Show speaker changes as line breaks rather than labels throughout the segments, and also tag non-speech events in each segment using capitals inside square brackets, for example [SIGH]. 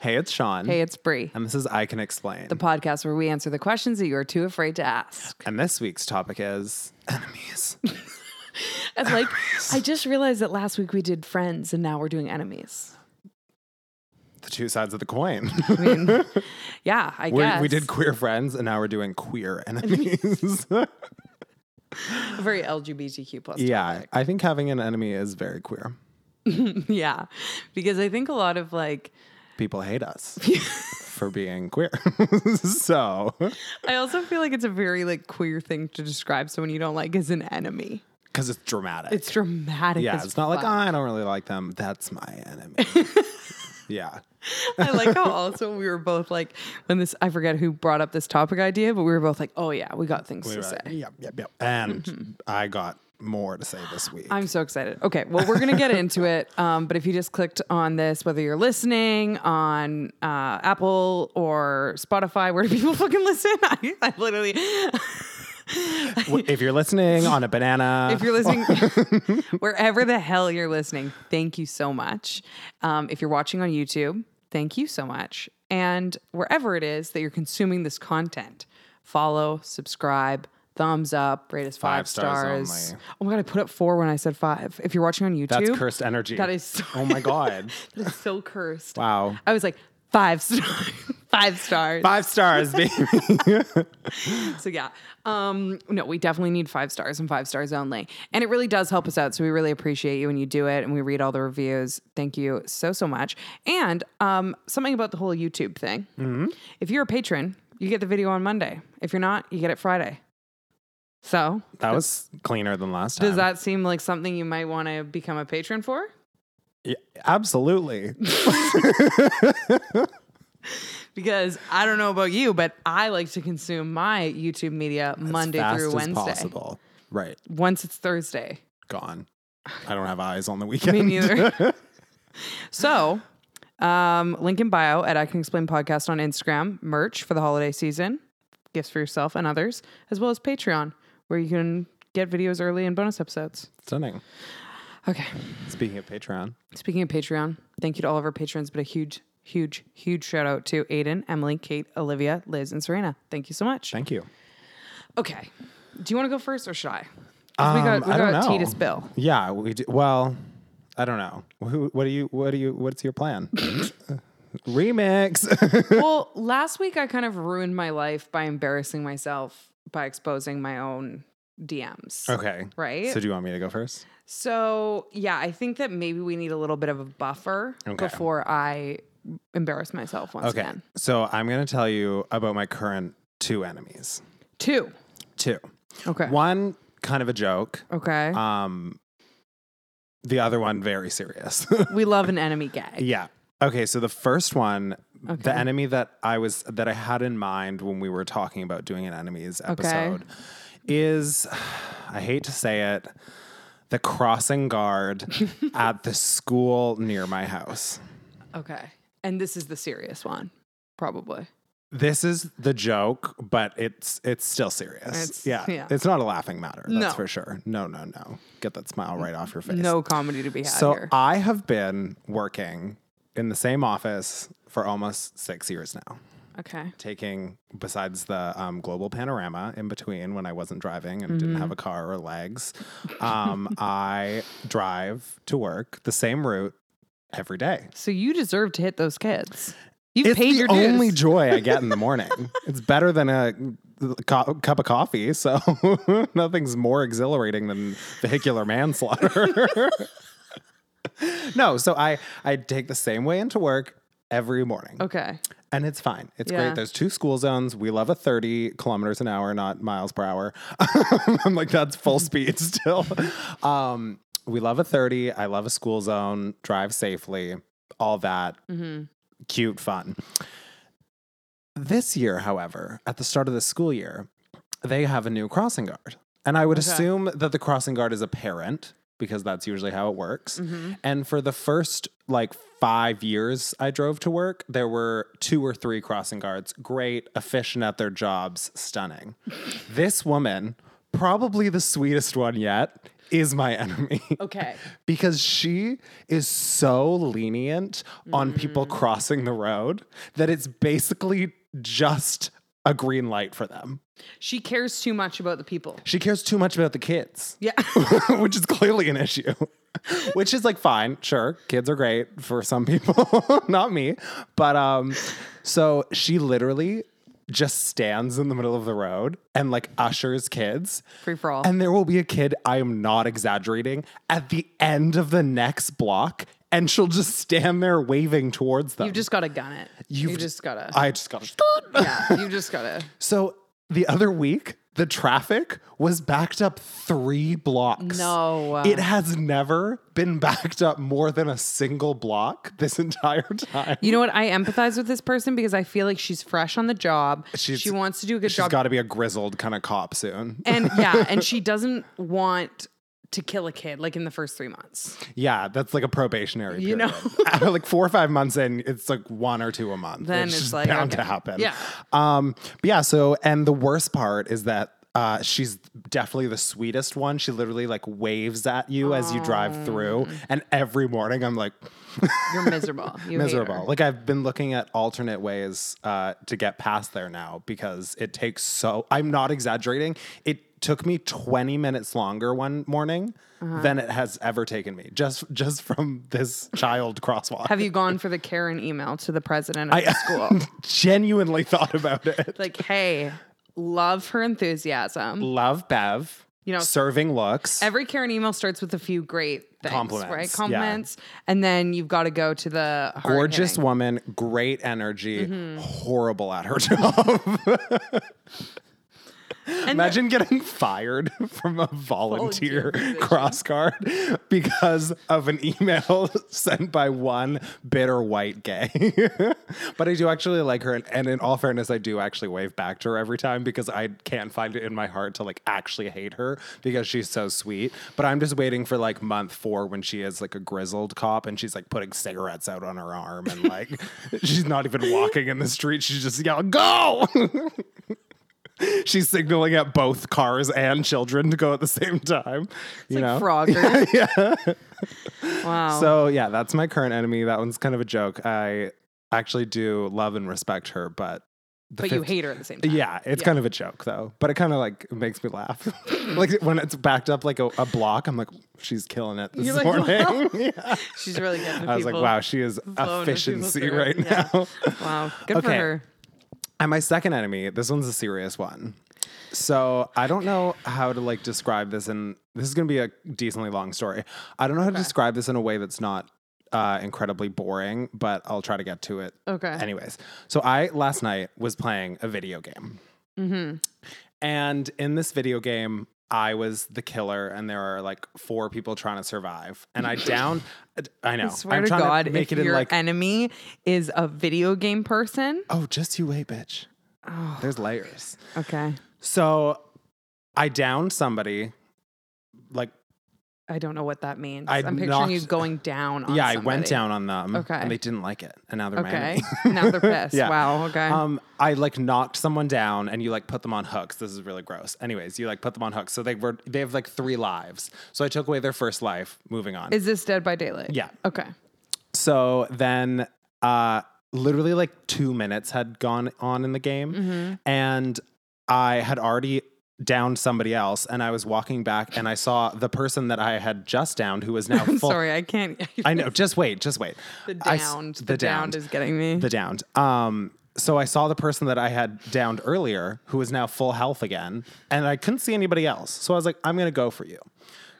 Hey, it's Sean.
Hey, it's Bree,
and this is I Can Explain.
the podcast where we answer the questions that you are too afraid to ask.
and this week's topic is [LAUGHS] enemies.
And like, I just realized that last week we did friends, and now we're doing enemies.
the two sides of the coin.
I mean, yeah, [LAUGHS]
[LAUGHS]
I
we
guess
we did queer friends, and now we're doing
[LAUGHS]
queer enemies. [LAUGHS]
a very LGBTQ plus.
yeah, I think having an enemy is very queer.
topic. [LAUGHS] yeah, because I think a lot of like,
People hate
[LAUGHS]
us for being queer. [LAUGHS] so,
I also feel like it's a very like queer thing to describe someone you don't like as an enemy.
because it's dramatic.
It's dramatic.
yeah,
as
it's not like, oh,
fuck.
I don't really like them. That's my
[LAUGHS]
enemy. yeah.
I like how also we were both like when this I forget who brought up this topic idea, but we were both like, oh yeah, we got things
We
to
were like,
say.
Yep, yep, yep. And
Mm-hmm.
I got more to say this week.
I'm so excited. Okay, well, we're gonna get
[LAUGHS]
into it. Um, but if you just clicked on this, whether you're listening on uh, Apple or Spotify, where do people [LAUGHS] fucking listen? I, I literally,
W- if you're listening on a banana,
[LAUGHS] if
[LAUGHS]
you're listening, wherever the hell you're listening, thank you so much. Um, if you're watching on YouTube, thank you so much. And wherever it is that you're consuming this content, follow, subscribe. Thumbs up, rate us five,
Five stars only.
Oh my god, I put up four when I said five. If you're watching on YouTube,
that's cursed energy.
That is so-
[LAUGHS]
[LAUGHS]
oh my god!
That is so cursed.
Wow.
I was like, five stars. [LAUGHS] five stars.
Five stars,
[LAUGHS]
baby.
So yeah. Um, no, we definitely need five stars and five stars only. And it really does help us out. So we really appreciate you when you do it and we read all the reviews. Thank you so, so much. And um, something about the whole YouTube thing.
Mm-hmm.
If you're a patron, you get the video on Monday. If you're not, you get it Friday. So
that was cleaner than last time.
does that seem like something you might want to become a patron for?
Yeah, absolutely.
Because I don't know about you, but I like to consume my YouTube media Monday
Fast
through
as
Wednesday.
possible. Right.
Once it's Thursday.
Gone. I don't have eyes on the weekend.
[LAUGHS] Me neither. [LAUGHS] so, um, link in bio at I Can Explain Podcast on Instagram, merch for the holiday season, gifts for yourself and others, as well as Patreon, where you can get videos early and bonus episodes.
Stunning.
Okay.
Speaking of Patreon,
Speaking of Patreon, thank you to all of our patrons, but a huge, huge, huge shout out to Aiden, Emily, Kate, Olivia, Liz, and Serena. Thank you so much.
thank you.
Okay. Do you want to go first or should I? 'Cause we got,
Um,
we
I don't
got
know.
tea to spill.
Yeah, we do. Well, I don't know. Who, what do you? What do you? What's your
[LAUGHS]
plan? Remix. [LAUGHS]
well, last week I kind of ruined my life by embarrassing myself by exposing my own DMs.
okay.
Right?
Uh, So
So,
do you want me to go first?
yeah, I think that maybe we need a little bit of a buffer
Okay.
before I embarrass myself once
Okay.
again.
So I'm going to tell you about my current two enemies.
Two.
Two.
Okay.
One kind of a joke.
Okay.
Um the other one very serious. [LAUGHS]
we love an enemy gag.
yeah. Okay, so the first one,
Okay.
the enemy that I was that I had in mind when we were talking about doing an enemies episode is I hate to say it, the crossing
[LAUGHS]
guard at the school near my house.
Okay. And this is the serious one, probably.
This is the joke, but it's it's still serious.
It's-
yeah.
yeah.
It's not a laughing matter, that's
No.
for sure. No, no, no. Get that smile right off your face.
No comedy to be had
So uh,
here.
I have been working in the same office for almost six years now.
okay.
Taking besides the um, global panorama in between when I wasn't driving and didn't have
Mm-hmm.
a car or legs, um, [LAUGHS] I drive to work the same route every day.
So you deserve to hit those kids. You
It's
paid
the
your dues.
only [LAUGHS] joy I get in
[LAUGHS]
the morning. it's better than a co- cup of coffee, so [LAUGHS] nothing's more exhilarating than vehicular manslaughter. [LAUGHS] no, so I I take the same way into work every morning,
okay.
and it's fine. It's
Yeah.
great. There's two school zones. We love a 30 kilometers an hour, not miles per hour. [LAUGHS] I'm like that's
[LAUGHS]
full speed still. Um, we love a 30. I love a school zone. Drive safely. All that
Mm-hmm.
cute fun. This year, however, at the start of the school year, they have a new crossing guard. And I would
Okay.
assume that the crossing guard is a parent because that's usually how it works.
Mm-hmm.
And for the first like five years I drove to work, there were two or three crossing guards, great, efficient at their
[LAUGHS]
jobs, stunning. this woman, probably the sweetest one yet, is my enemy. [LAUGHS]
Okay.
because she is so lenient on people crossing the road that it's basically just a green light for them.
She cares too much about the people.
She cares too much about the kids.
Yeah.
[LAUGHS]
[LAUGHS]
which is clearly an issue. [LAUGHS] Which is like fine, sure. Kids are great for some people, [LAUGHS] not me. But um so she literally just stands in the middle of the road and like ushers kids.
Free for all.
And there will be a kid, I am not exaggerating, at the end of the next block and she'll just stand there waving towards them.
You've just gotta gun it.
You've
you just gotta.
I just got
yeah, you just gotta.
So the other week, the traffic was backed up three blocks.
No.
It has never been backed up more than a single block this [LAUGHS] entire time.
[LAUGHS] You know what? I empathize with this person because I feel like she's fresh on the job.
She's-
she wants to do a good
She's
job.
got to be a grizzled kind of cop soon.
[LAUGHS] and
[LAUGHS]
yeah, and she doesn't want to kill a kid like in the first three months.
yeah, that's like a probationary
You
period. [LAUGHS]
know?
After, like four or five months in, it's like one or two a month.
Then it's
just
like,
bound
okay.
to happen.
Yeah.
Um, but yeah, so, and the worst part is that. Uh, she's definitely the sweetest one. She literally like waves at you as you drive through. And every morning I'm like,
You're miserable. You hate her.
miserable. Like I've been looking at alternate ways uh, to get past there now because it takes so. I'm not exaggerating. It took me 20 minutes longer one morning
Uh-huh.
than it has ever taken me just just from this child crosswalk.
Have you gone for the Karen email to the president of
[LAUGHS]
the school?
Genuinely thought about it.
like, hey, love her enthusiasm.
Love Bev.
You know-
serving looks.
Every Karen email starts with a few great things,
Compliments,
right?
yeah.
Compliments, and then you've got to go to the hard
Gorgeous
hitting.
woman, great energy,
Mm-hmm.
horrible at her [LAUGHS] job. Imagine getting fired [LAUGHS] from a volunteer,
position.
cross guard [LAUGHS] because of an email [LAUGHS] sent by one bitter white gay. [LAUGHS] but I do actually like her. And, and in all fairness, I do actually wave back to her every time because I can't find it in my heart to like actually hate her because she's so sweet. But I'm just waiting for like month four when she is like a grizzled cop and she's like putting cigarettes out on her arm and like [LAUGHS] she's not even walking in the street. She's just yelling, go. [LAUGHS] She's signaling at both cars and children to go at the same time. you know?
Frogger. Wow.
So [LAUGHS] yeah, that's my current enemy. That one's kind of a joke. I actually do love and respect her, but the
but you
50
hate her at the same time.
Yeah, it's
Yeah.
kind of a joke though, but it kind of like makes me laugh. [LAUGHS] like when it's backed up like a, a block, I'm like, she's killing it this
You're like, [LAUGHS]
morning.
wow.
Yeah.
She's really
[LAUGHS]
good.
I was like, wow, she is
blowing the people
efficiency
through.
right
Yeah.
now.
Wow. Good for
Okay.
her.
And my second enemy, this one's a serious one. So I don't know how to like describe this, and this is gonna be a decently long story. I don't know how to describe this in a way that's not uh, incredibly boring, but I'll try to get to it.
Okay.
Anyways, so I last night was playing a video game,
Mm-hmm.
and in this video game, I was the killer, and there are like four people trying to survive, and I
[LAUGHS]
downed. I know.
I swear
am
to
trying
God,
to make
if
it in
your
like
enemy is a video game person, oh,
oh, just you wait, bitch. There's layers.
okay.
So I downed somebody. Like,
I don't know what that means.
I
i am picturing you
knocked-
going down.
[LAUGHS]
on
yeah, I went
somebody.
down on them.
Okay.
And they didn't like it. And now they're mad at
Okay.
me. [LAUGHS]
now they're pissed.
Yeah.
Wow. Okay.
Um, I like knocked someone down, and you like put them on hooks. This is really gross. Anyways, you like put them on hooks, so they were they have like three lives. So I took away their first life. Moving on.
is this Dead by Daylight?
yeah.
Okay.
So then, uh, literally like two minutes had gone on in the game,
Mm-hmm.
and I had already downed somebody else, and I was walking back, and I saw the person that I had just downed, who was now
[LAUGHS] I'm
full.
sorry. I can't.
I know. Just wait. Just wait.
The
I s-
downed. the, downed is getting me.
the downed. Um, so I saw the person that I had downed earlier, who is now full health again, and I couldn't see anybody else. So I was like, I'm gonna go for you.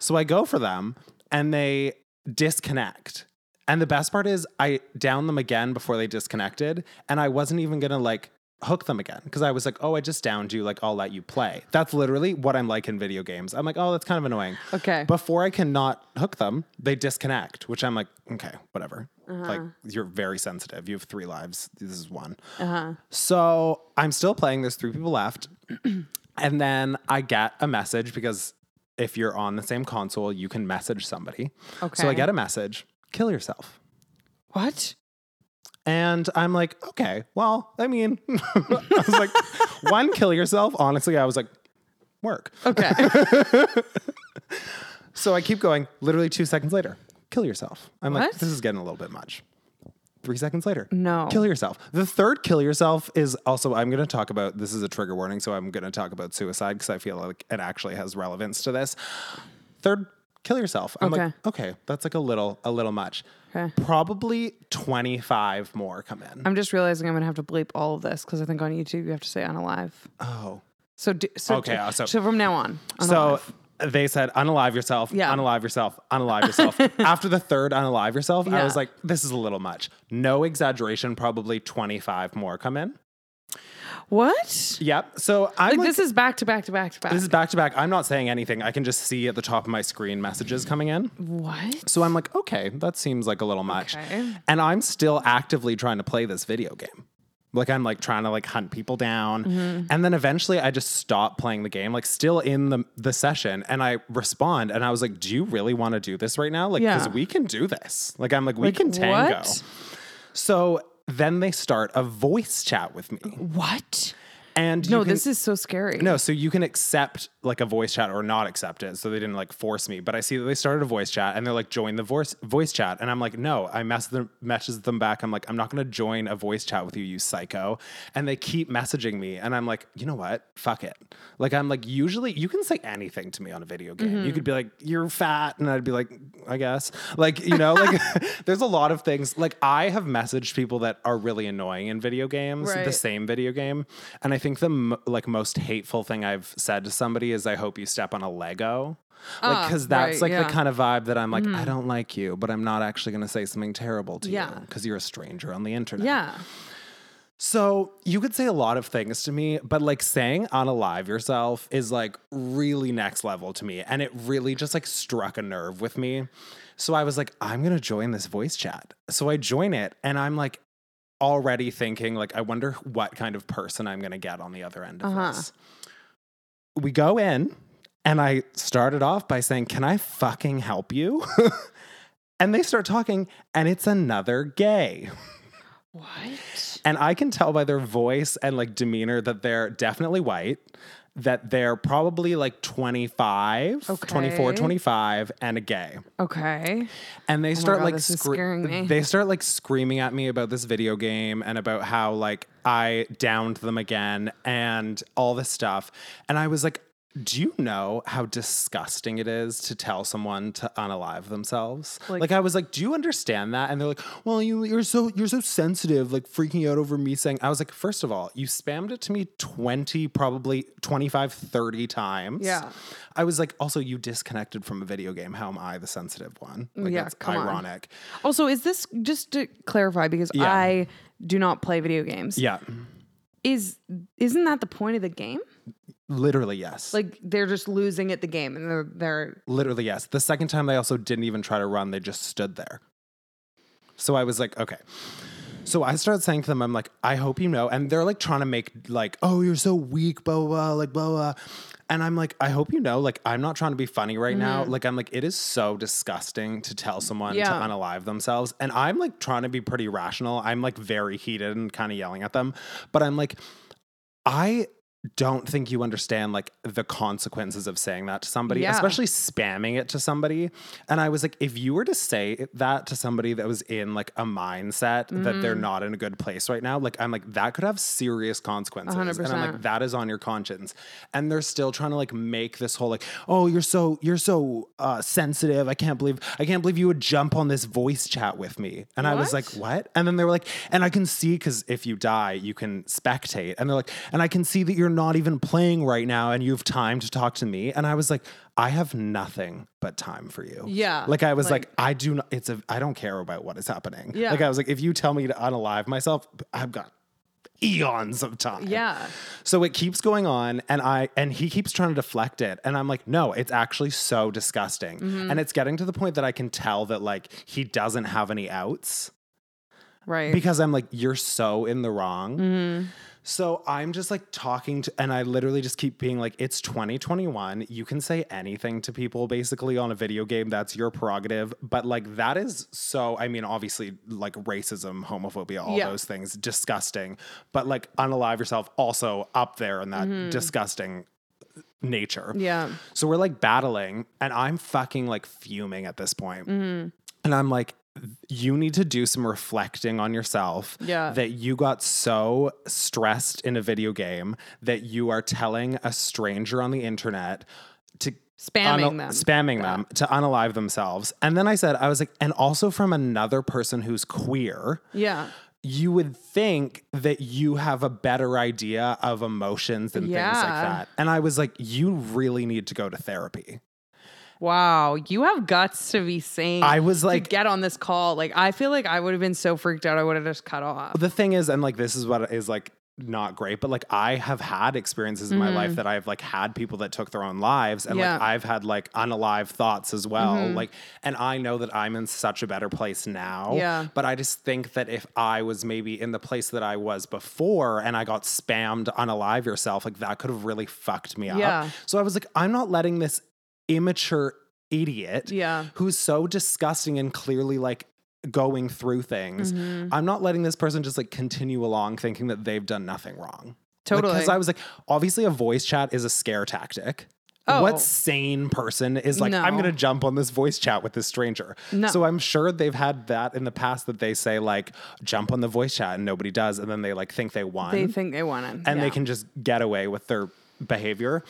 So I go for them, and they disconnect. And the best part is, I downed them again before they disconnected, and I wasn't even gonna like hook them again because I was like, oh, I just downed you. Like I'll let you play. That's literally what I'm like in video games. I'm like, oh, that's kind of annoying.
okay.
Before I cannot hook them, they disconnect, which I'm like, okay, whatever. Like you're very sensitive. You have three lives. This is one.
uh-huh.
So I'm still playing. There's three people left. [CLEARS THROAT] and then I get a message because if you're on the same console, you can message somebody. So I
Okay.
get a message, kill yourself.
What?
And I'm like, okay, well, I mean, [LAUGHS] I was like, [LAUGHS] [LAUGHS] one, kill yourself. Honestly, I was like, work.
Okay.
So I keep going. Literally two seconds later, kill yourself. I'm like,
What?
this is getting a little bit much. Three seconds later,
No.
kill yourself. The third kill yourself is also, I'm going to talk about this is a trigger warning. So I'm going to talk about suicide because I feel like it actually has relevance to this. Third, kill yourself. I'm like,
Okay.
okay, that's like a little, a little much.
Okay. Uh,
Probably 25 more come in.
I'm just realizing I'm gonna have to bleep all of this because I think on YouTube you have to say unalive.
oh.
So do, so
Okay, uh, so-
so, from now on.
So
unalive.
they said, unalive yourself,
Yeah.
unalive yourself, unalive
[LAUGHS]
yourself. After the third unalive yourself, I
Yeah.
was like, this is a little much. No exaggeration, probably 25 more come in.
what?
Yep. So I'm
Like,
like,
this is back to back to back to back.
this is back to back. I'm not saying anything. I can just see at the top of my screen messages coming in.
what?
So I'm like, okay, that seems like a little much.
Okay.
And I'm still actively trying to play this video game. Like I'm like trying to like hunt people down.
Mm-hmm.
And then eventually I just stop playing the game, like still in the the session, and I respond and I was like, Do you really want to do this right now? Like, because
Yeah.
we can do this. Like I'm like, we can tango.
What?
So then they start a voice chat with me.
What?
And
No,
you can-
this is so scary.
no, so you can accept like a voice chat or not accept it. So they didn't like force me, but I see that they started a voice chat and they're like join the voice voice chat, and I'm like no. I mess them messages them back. I'm like I'm not gonna join a voice chat with you, you psycho. And they keep messaging me, and I'm like you know what, fuck it. Like I'm like usually you can say anything to me on a video game. You could be like you're fat, and I'd be like I guess like you know like [LAUGHS] there's a lot of things like I have messaged people that are really annoying in video games. The
Right.
same video game and i think the m- like most hateful thing i've said to somebody is i hope you step on a lego like
Ah,
because that's
right,
like
yeah. Mm-hmm.
the kind of vibe that i'm like i don't like you but i'm not actually going to say something terrible to you
Yeah.
because you're a stranger on the internet
Yeah.
so you could say a lot of things to me but like saying unalive yourself is like really next level to me and it really just like struck a nerve with me so i was like i'm going to join this voice chat so i join it and i'm like already thinking like i wonder what kind of person i'm going to get on the other end of
Uh-huh.
this we go in and i started off by saying can i fucking help you [LAUGHS] and they start talking and it's another gay
What?
and i can tell by their voice and like demeanor that they're definitely white that they're probably like 25 24
Okay.
25 and a gay
Okay.
and they start
Oh God,
like
this is
scre-
scaring me.
they start like screaming at me about this video game and about how like I downed them again and all this stuff. And I was like, do you know how disgusting it is to tell someone to unalive themselves? Like,
Like-
I was like, do you understand that? And they're like, well, you you're so you're so sensitive, like freaking out over me saying. I was like, first of all, you spammed it to me 20 probably 25 30 times.
Yeah.
I was like, also you disconnected from a video game. How am I the sensitive one? Like
Yeah,
that's
come on.
ironic.
Also, is this just to clarify because
Yeah.
I do not play video games.
Yeah.
Is isn't that the point of the game?
Literally yes.
Like they're just losing at the game and they're they're
Literally yes. The second time they also didn't even try to run, they just stood there. So I was like, okay. So I started saying to them, I'm like, I hope you know. And they're like trying to make like, oh, you're so weak, blah, blah, blah, like blah blah. And I'm like, I hope you know, like, I'm not trying to be funny right now. Like, I'm like, it is so disgusting to tell someone to
Mm-hmm. Yeah.
unalive themselves. And I'm like trying to be pretty rational. I'm like very heated and kind of yelling at them. But I'm like, I don't think you understand like the consequences of saying that to somebody,
Yeah.
especially spamming it to somebody. And I was like, if you were to say that to somebody that was in like a mindset that they're not in a good place right now, like I'm like, that could have serious consequences. And I'm like,
100%.
that is on your conscience. And they're still trying to like make this whole like, oh, you're so you're so uh sensitive. I can't believe I can't believe you would jump on this voice chat with me. And I was
What?
like, what? And then they were like, and I can see because if you die, you can spectate. And they're like, and I can see that you're not even playing right now and you have time to talk to me. And I was like, I have nothing but time for you.
Yeah,
Like I was like,
like-
I do not, it's a, I don't care about what is happening.
Yeah.
Like I was like, if you tell me to unalive myself, I've got eons of time.
yeah.
So it keeps going on and I and he keeps trying to deflect it and I'm like no it's actually so disgusting
Mm-hmm.
and it's getting to the point that I can tell that like he doesn't have any outs
Right. Mm-hmm.
because I'm like, you're so in the wrong. So I'm just like talking to, and I literally just keep being like, it's 2021. You can say anything to people basically on a video game. That's your prerogative. But like, that is so, I mean, obviously, like racism, homophobia, all
Yeah.
those things,
Mm-hmm.
disgusting. But like, unalive yourself also up there in that disgusting nature.
Yeah.
So we're like battling, and I'm fucking like fuming at this point.
Mm-hmm.
And I'm like, you need to do some reflecting on yourself.
Yeah.
That you got so stressed in a video game that you are telling a stranger on the internet to
Spamming
unal-
them.
spamming them to unalive themselves. And then I said, I was like, and also from another person who's queer
Yeah.
you would think that you have a better idea of emotions and things like
Yeah.
that. And I was like, you really need to go to therapy.
Wow. You have guts to be saying
I was
to
like,
get on this call. Like I feel like I would have been so freaked out I would have just cut off.
the thing is, and like, this is what is like not great, but like, I have had experiences in my life that I've like had people that took their own lives and like
Mm-hmm. Yeah. Mm-hmm.
I've had like unalive thoughts as well. Like, and I know that I'm in such a better place now.
Yeah.
But I just think that if I was maybe in the place that I was before and I got spammed unalive yourself, like that could have really fucked me up.
Yeah.
So I was like, I'm not letting this immature idiot
Yeah.
who's so disgusting and clearly like going through things.
Mm-hmm.
I'm not letting this person just like continue along thinking that they've done nothing wrong.
Totally.
Because I was like, obviously, a voice chat is a scare tactic.
Oh.
What sane person is like, I'm
No.
going to jump on this voice chat with this stranger?
No.
So I'm sure they've had that in the past that they say, like, jump on the voice chat and nobody does. And then they like think they won
they think they want it.
and
Yeah.
they can just get away with their behavior.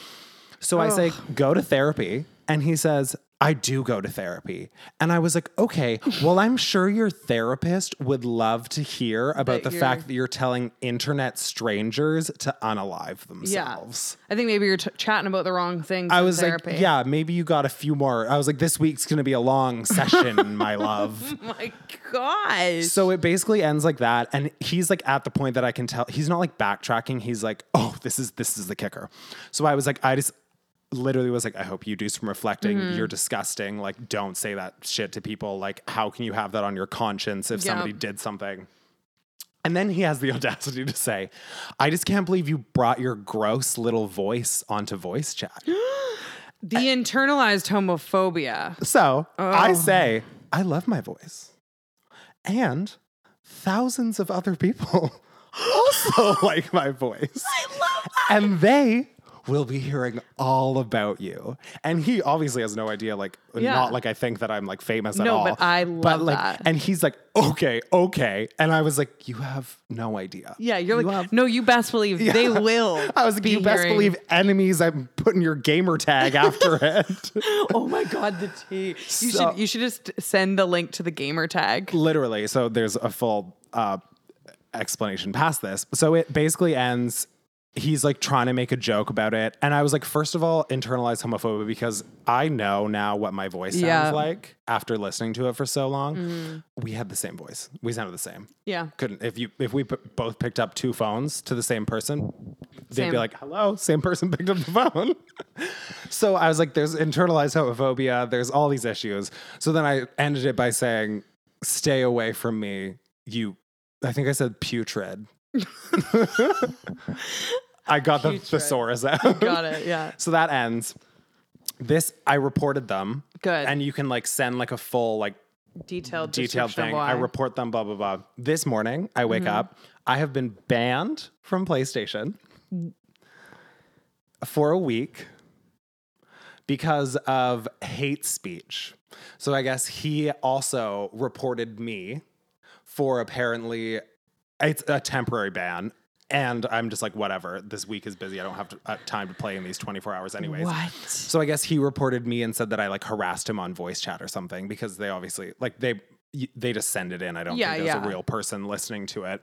So I
Ugh.
say, go to therapy. And he says, I do go to therapy. And I was like, okay, well, I'm sure your therapist would love to hear about
That
the
you're-
fact that you're telling internet strangers to unalive
Yeah.
themselves.
I think maybe you're t- chatting about the wrong things.
I
in
was
therapy.
like, yeah, maybe you got a few more. I was like, this week's gonna be a long session,
[LAUGHS]
my love.
[LAUGHS] My God.
So it basically ends like that, and he's like at the point that I can tell he's not like backtracking. He's like, oh, this is this is the kicker. So I was like, I just literally was like, I hope you do some reflecting. You're disgusting. Like, don't say that shit to people. Like, how can you have that on your conscience if
Yeah.
somebody did something? And then he has the [LAUGHS] audacity to say, I just can't believe you brought your gross little voice onto voice chat.
the internalized homophobia.
So I
Oh.
say, I love my voice. And thousands of other people [LAUGHS]
[GASPS]
also like my voice. I love And they will be hearing all about you. And he obviously has no idea, like,
Yeah.
not like I think that I'm like famous at
No,
all.
but I
But
love
like,
that.
and he's like, okay, okay. And I was like, you have no idea.
Yeah, you're
You
like,
have-
no, you best believe they will.
[LAUGHS] I was like,
be
you best
hearing-
believe enemies. I'm putting your gamer tag after it.
[LAUGHS] Oh my God, the tea. You
So-
should you should just send the link to the gamer tag.
literally so there's a full uh explanation past this so it basically ends he's like trying to make a joke about it and i was like first of all internalized homophobia because i know now what my voice sounds
Yeah. Mm.
like after listening to it for so long we had the same voice we sounded the same
Yeah.
couldn't if you if we p- both picked up two phones to the same person they'd
Same.
be like hello same person picked up the phone [LAUGHS] so i was like there's internalized homophobia there's all these issues so then i ended it by saying stay away from me you i think i said putrid i got the
Putrid.
thesaurus out
Got it. Yeah.
[LAUGHS] so that ends this i reported them
Good.
and you can like send like a full like [LAUGHS] detailed
Detailed description of
thing. I
why.
report them, blah, blah, blah. This morning, I wake up. I have been banned from PlayStation for a week because of hate speech. So I guess he also reported me for apparently it's a temporary ban. And I'm just like, whatever. This week is busy. I don't have to, uh, time to play in these 24 hours, anyways.
What?
So I guess he reported me and said that I like harassed him on voice chat or something because they obviously like they y- they just send it in. I don't
Yeah,
think there's
yeah.
a real person listening to it.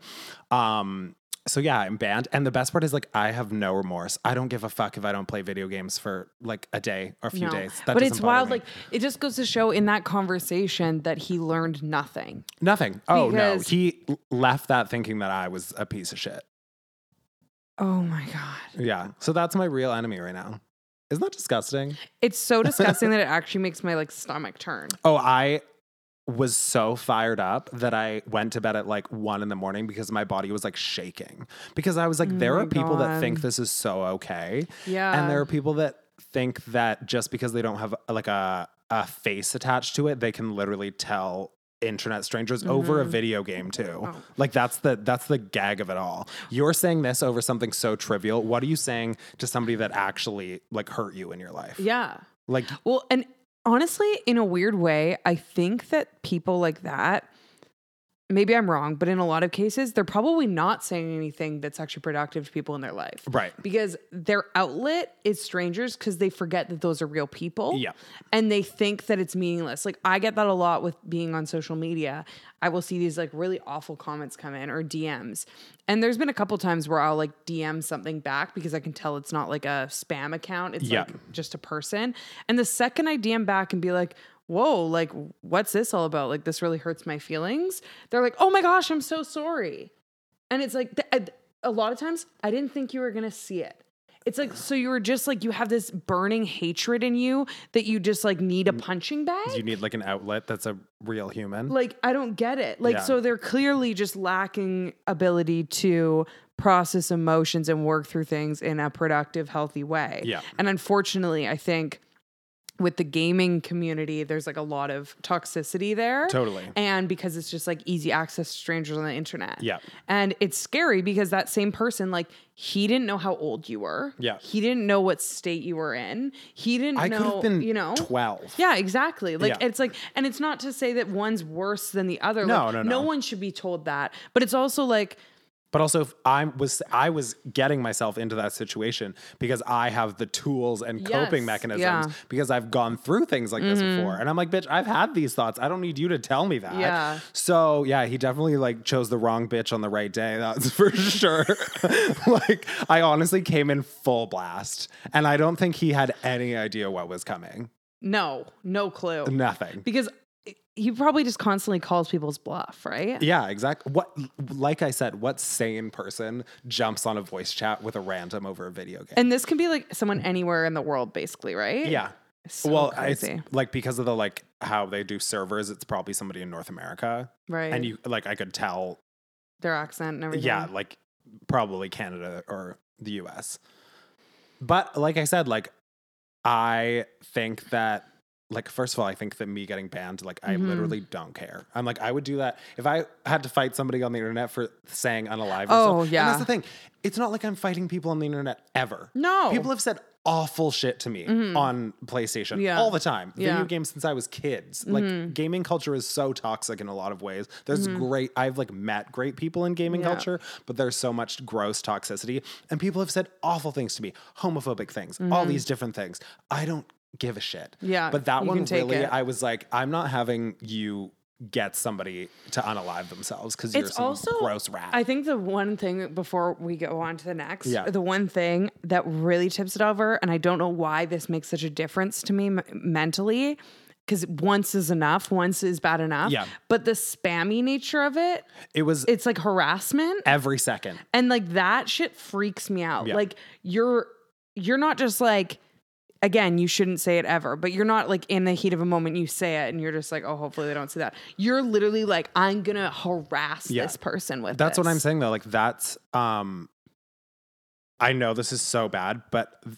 Um so yeah, I'm banned. And the best part is like I have no remorse. I don't give a fuck if I don't play video games for like a day or a few
No.
days. That
But
doesn't
it's
bother
wild.
me.
Like it just goes to show in that conversation that he learned nothing.
nothing. Oh no.
because-
He l- left that thinking that I was a piece of shit.
Oh my God.
Yeah. So that's my real enemy right now. Isn't that disgusting?
It's so disgusting that it actually makes my like stomach turn.
Oh, I was so fired up that I went to bed at like one in the morning because my body was like shaking. Because I was like, there
Oh my
are people that
God.
think this is so okay.
Yeah.
And there are people that think that just because they don't have like a, a face attached to it, they can literally tell internet strangers over a
Mm-hmm.
video game too.
Oh.
Like that's the that's the gag of it all. You're saying this over something so trivial. What are you saying to somebody that actually like hurt you in your life?
Yeah.
Like
Well, and honestly, in a weird way, I think that people like that, maybe I'm wrong, but in a lot of cases, they're probably not saying anything that's actually productive to people in their life.
right.
Because their outlet is strangers because they forget that those are real people.
Yeah.
And they think that it's meaningless. Like I get that a lot with being on social media. I will see these like really awful comments come in or DMs. And there's been a couple times where I'll like DM something back because I can tell it's not like a spam account. It's
Yeah.
like just a person. And the second I DM back and be like, whoa, like what's this all about? Like this really hurts my feelings. They're like, oh my gosh, I'm so sorry. And it's like, th- I- a lot of times I didn't think you were going to see it. It's like, so you were just like, you have this burning hatred in you that you just like need
Mm.
a punching bag.
You need like an outlet that's a real human.
like, I don't get it. Like,
Yeah.
so they're clearly just lacking ability to process emotions and work through things in a productive, healthy way.
Yeah.
And unfortunately, I think with the gaming community, there's like a lot of toxicity there.
Totally.
And because it's just like easy access to strangers on the internet.
Yeah.
And it's scary because that same person, like, he didn't know how old you were.
Yeah.
He didn't know what state you were in. He didn't
I could
know,
have been
you know.
12.
yeah, exactly. Like
Yeah.
it's like, and it's not to say that one's worse than the other.
No,
like,
no,
No
no.
one should be told that. But it's also like,
But also, if I was I was getting myself into that situation because I have the tools and coping
Yes,
mechanisms
yeah. Mm-hmm.
because I've gone through things like this before, and I'm like, bitch, I've had these thoughts. I don't need you to tell me that.
Yeah.
So yeah, he definitely like chose the wrong bitch on the right day. That's [LAUGHS] for sure. like I honestly came in full blast, and I don't think he had any idea what was coming.
no, no clue.
Nothing.
Because he probably just constantly calls people's bluff, right?
Yeah, exactly. What, like I said, what sane person jumps on a voice chat with a random over a video game?
And this can be like someone anywhere in the world, basically, right?
yeah.
So
well,
crazy.
it's like because of the like how they do servers, it's probably somebody in North America,
right.
and you like I could tell,
their accent and everything.
yeah, like probably Canada or the U.S. But like I said, like I think that like first of all, I think that me getting banned, like I
Mhm.
literally don't care. I'm like I would do that if I had to fight somebody on the internet for saying unalive.
Oh,
yourself. and
yeah.
that's the thing. It's not like I'm fighting people on the internet ever.
No. Mm-hmm.
People have said awful shit to me on PlayStation
Yeah.
all the time.
Yeah.
Video games since I was kids.
Mm.
Like gaming culture is so toxic in a lot of ways. There's great I've like met great people in gaming
Mm-hmm. Yeah.
culture, but there's so much gross toxicity and people have said awful things to me, homophobic things, all these different things. I don't give a shit.
Mm-hmm. Yeah,
But that
you
one
can take
really
it.
I was like I'm not having you get somebody to unalive themselves cuz you're
It's
some
also-
gross rat.
I think the one thing before we go on to the next,
Yeah.
the one thing that really tips it over, and I don't know why this makes such a difference to me m- mentally, because once is enough, once is bad enough.
Yeah.
But the spammy nature of it,
it was
it's like harassment.
every second.
and like that shit freaks me out
Yeah.
like you're you're not just like again you shouldn't say it ever but you're not like in the heat of a moment you say it and you're just like oh hopefully they don't see that you're literally like i'm gonna harass
Yeah.
this person with
That's what I'm
this.
saying though. Like that's um I know this is so bad, but th-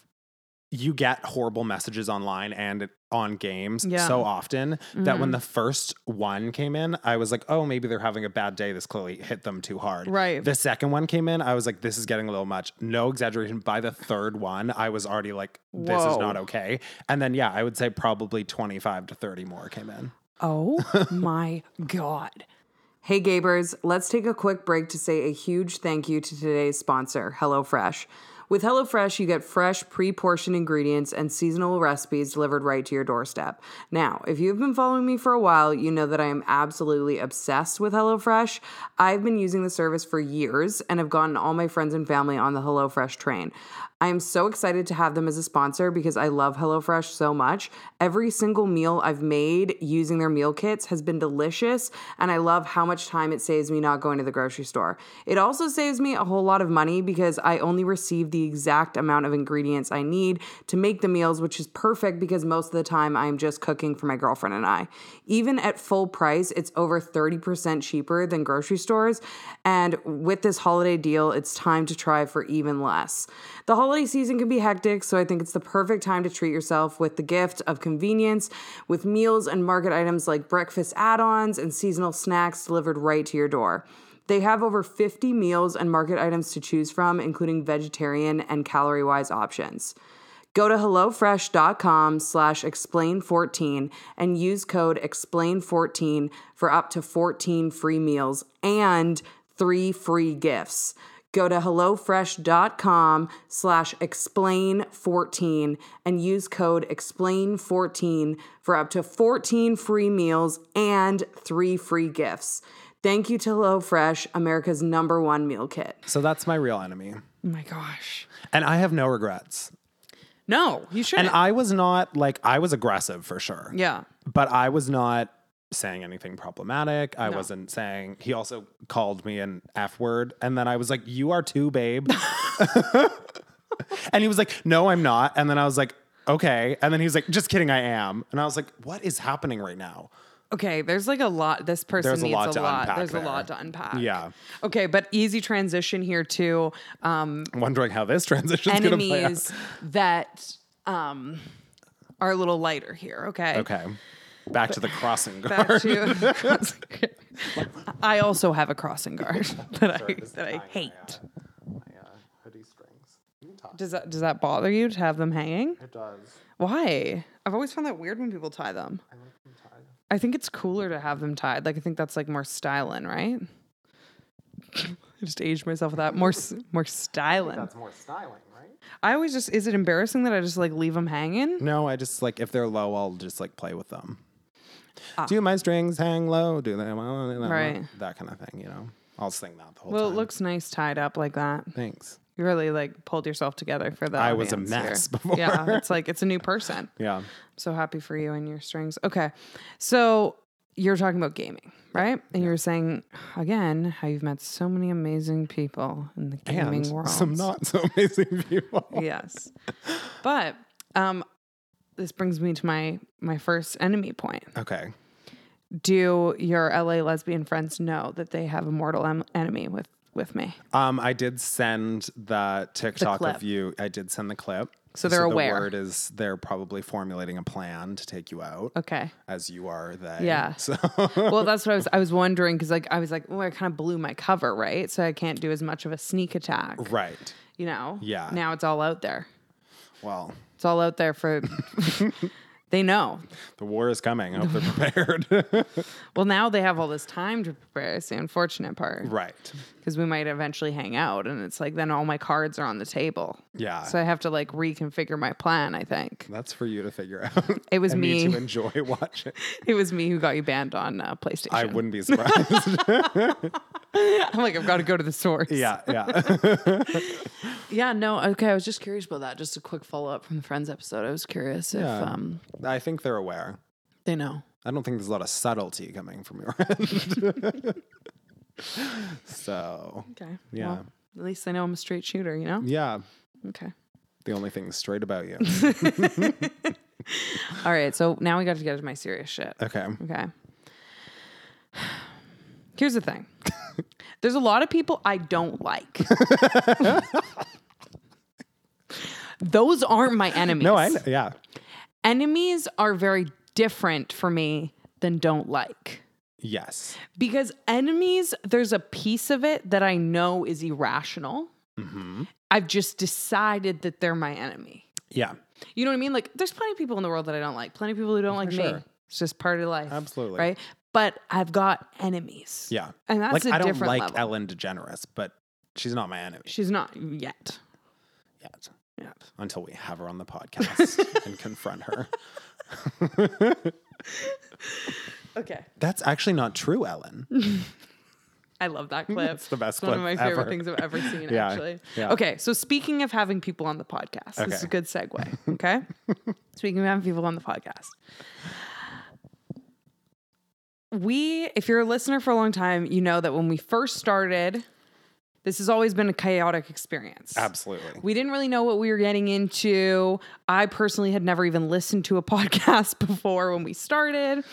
you get horrible messages online and on games
Yeah. Mm-hmm.
so often that when the first one came in, I was like, "Oh, maybe they're having a bad day. This clearly hit them too hard."
Right.
The second one came in, I was like, "This is getting a little much." No exaggeration. By the third one, I was already like, "This is
Whoa.
not okay." And then yeah, I would say probably 25 to 30 more came in.
Oh my God. Hey, Gabers, let's take a quick break to say a huge thank you to today's sponsor, HelloFresh. With HelloFresh, you get fresh, pre portioned ingredients and seasonal recipes delivered right to your doorstep. Now, if you've been following me for a while, you know that I am absolutely obsessed with HelloFresh. I've been using the service for years and have gotten all my friends and family on the HelloFresh train. I am so excited to have them as a sponsor because I love HelloFresh so much. Every single meal I've made using their meal kits has been delicious, and I love how much time it saves me not going to the grocery store. It also saves me a whole lot of money because I only receive the exact amount of ingredients I need to make the meals, which is perfect because most of the time I'm just cooking for my girlfriend and I. Even at full price, it's over 30% cheaper than grocery stores, and with this holiday deal, it's time to try for even less. The holiday holiday season can be hectic, so I think it's the perfect time to treat yourself with the gift of convenience with meals and market items like breakfast add ons and seasonal snacks delivered right to your door. They have over 50 meals and market items to choose from, including vegetarian and calorie wise options. Go to HelloFresh.com slash explain14 and use code explain14 for up to 14 free meals and three free gifts. Go to HelloFresh.com slash explain14 and use code explain14 for up to 14 free meals and three free gifts. Thank you to HelloFresh, America's number one meal kit.
So that's my real enemy.
Oh my gosh.
And I have no regrets.
No, you shouldn't.
And I was not like, I was aggressive for sure.
yeah.
But I was not saying anything problematic. I wasn't saying, he also called me an F word. And then I was like, you are too,
[LAUGHS]
babe. [LAUGHS] and he was like, no, I'm not. And then I was like, okay. And then he was like, just kidding, I am. And I was like, what is happening right now?
Okay, there's like a lot. This person
There's a
needs
lot
a
to
lot.
unpack
There's a
there.
lot to unpack.
Yeah.
Okay, but easy transition here to um,
I'm wondering how this transition's going to play out.
enemies that um, are a little lighter here. Okay. [LAUGHS]
Okay. Back to the crossing guard.
Back to. I also have a crossing guard [LAUGHS] that I that I hate.
hoodie strings.
Does that does that bother you to have them hanging?
It does.
Why? I've always found that weird when people tie them. I think it's cooler to have them tied. Like I think that's like more styling, right? [LAUGHS] I just aged myself with that. More
[LAUGHS]
s- more styling.
more styling, right?
I always just is it embarrassing that I just like leave them hanging?
No, I just like if they're low, I'll just like play with them. Do my strings hang low? Do they?
Ah. Right.
That kind of thing, you know. I'll sing that the whole
Well,
time.
it looks nice tied up like that.
Thanks.
You really like pulled yourself together for that.
I was a mess [LAUGHS] before.
Yeah, it's like it's a new person.
[LAUGHS] Yeah.
So happy for you and your strings. Okay. So you're talking about gaming, right? And you were saying again how you've met so many amazing people in the gaming
And [LAUGHS]
world.
some not so amazing [LAUGHS] people.
yes. But um this brings me to my my first enemy point.
Okay.
Do your LA lesbian friends know that they have a mortal em- enemy with with me?
Um, I did send the TikTok
clip.
of you. I did send the clip.
So they're aware.
The word is they're probably formulating a plan to take you out,
Okay.
as you are they.
Yeah.
[LAUGHS] So
Well, that's what I was I was wondering cuz like I was like, "Oh, I kind of blew my cover, right? So I can't do as much of a sneak attack."
right.
You know?
Yeah.
Now it's all out there.
Well,
It's all out there for. [LAUGHS] they know.
the war is coming. I hope
[LAUGHS]
they're prepared. [LAUGHS]
Well, now they have all this time to prepare. It's the unfortunate part
right.
because we might eventually hang out, and it's like then all my cards are on the table.
Yeah.
So I have to like reconfigure my plan. I
[LAUGHS]
think
That's for you to figure out.
It
[LAUGHS]
was
and me.
me.
to enjoy watching.
it was me who got you banned on uh, PlayStation.
I wouldn't be surprised.
[LAUGHS] I'm like, I've got to go to the
[LAUGHS]
source.
yeah,
[LAUGHS]
yeah.
Yeah. No. Okay. I was just curious about that. Just a quick follow up from the Friends episode. I was curious
Yeah.
if um
I think they're aware.
they know.
I don't think there's a lot of subtlety coming from your [LAUGHS] end. [LAUGHS] so,
Okay.
Yeah.
Well, at least they know I'm a straight shooter. You know.
yeah,
Okay.
the only thing straight about
[LAUGHS]
you.
All right. So now we got to get to my serious shit.
Okay.
Okay. [SIGHS] Here's the thing. There's a lot of people I don't like.
[LAUGHS]
Those aren't my enemies.
No, I know. Yeah.
enemies are very different for me than don't like.
Yes.
Because enemies, there's a piece of it that I know is irrational.
Mm-hmm.
I've just decided that they're my enemy.
Yeah.
You know what I mean? Like, there's plenty of people in the world that I don't like, plenty of people who don't like me.
sure.
It's just part of life.
Absolutely.
Right? But I've got enemies.
Yeah.
And that's
like
a
I don't
different
like
level.
Ellen DeGeneres, but she's not my enemy
She's not yet.
yet.
Yet.
Until we have her
[LAUGHS]
on the podcast and confront her.
Okay.
That's actually not true,
[LAUGHS]
Ellen.
I
[LAUGHS]
love that clip. It's
the best
It's one of my
clip
favorite
ever.
things I've ever seen,
[LAUGHS] Yeah,
actually.
yeah.
Okay. So speaking of having people on the podcast, this
Okay.
is a
[LAUGHS]
good segue. Okay. speaking of having people on the podcast. We, if you're a listener for a long time, you know that when we first started This has always been a chaotic experience.
Absolutely.
We didn't really know what we were getting into. I personally had never even listened to a [LAUGHS] podcast before when we started.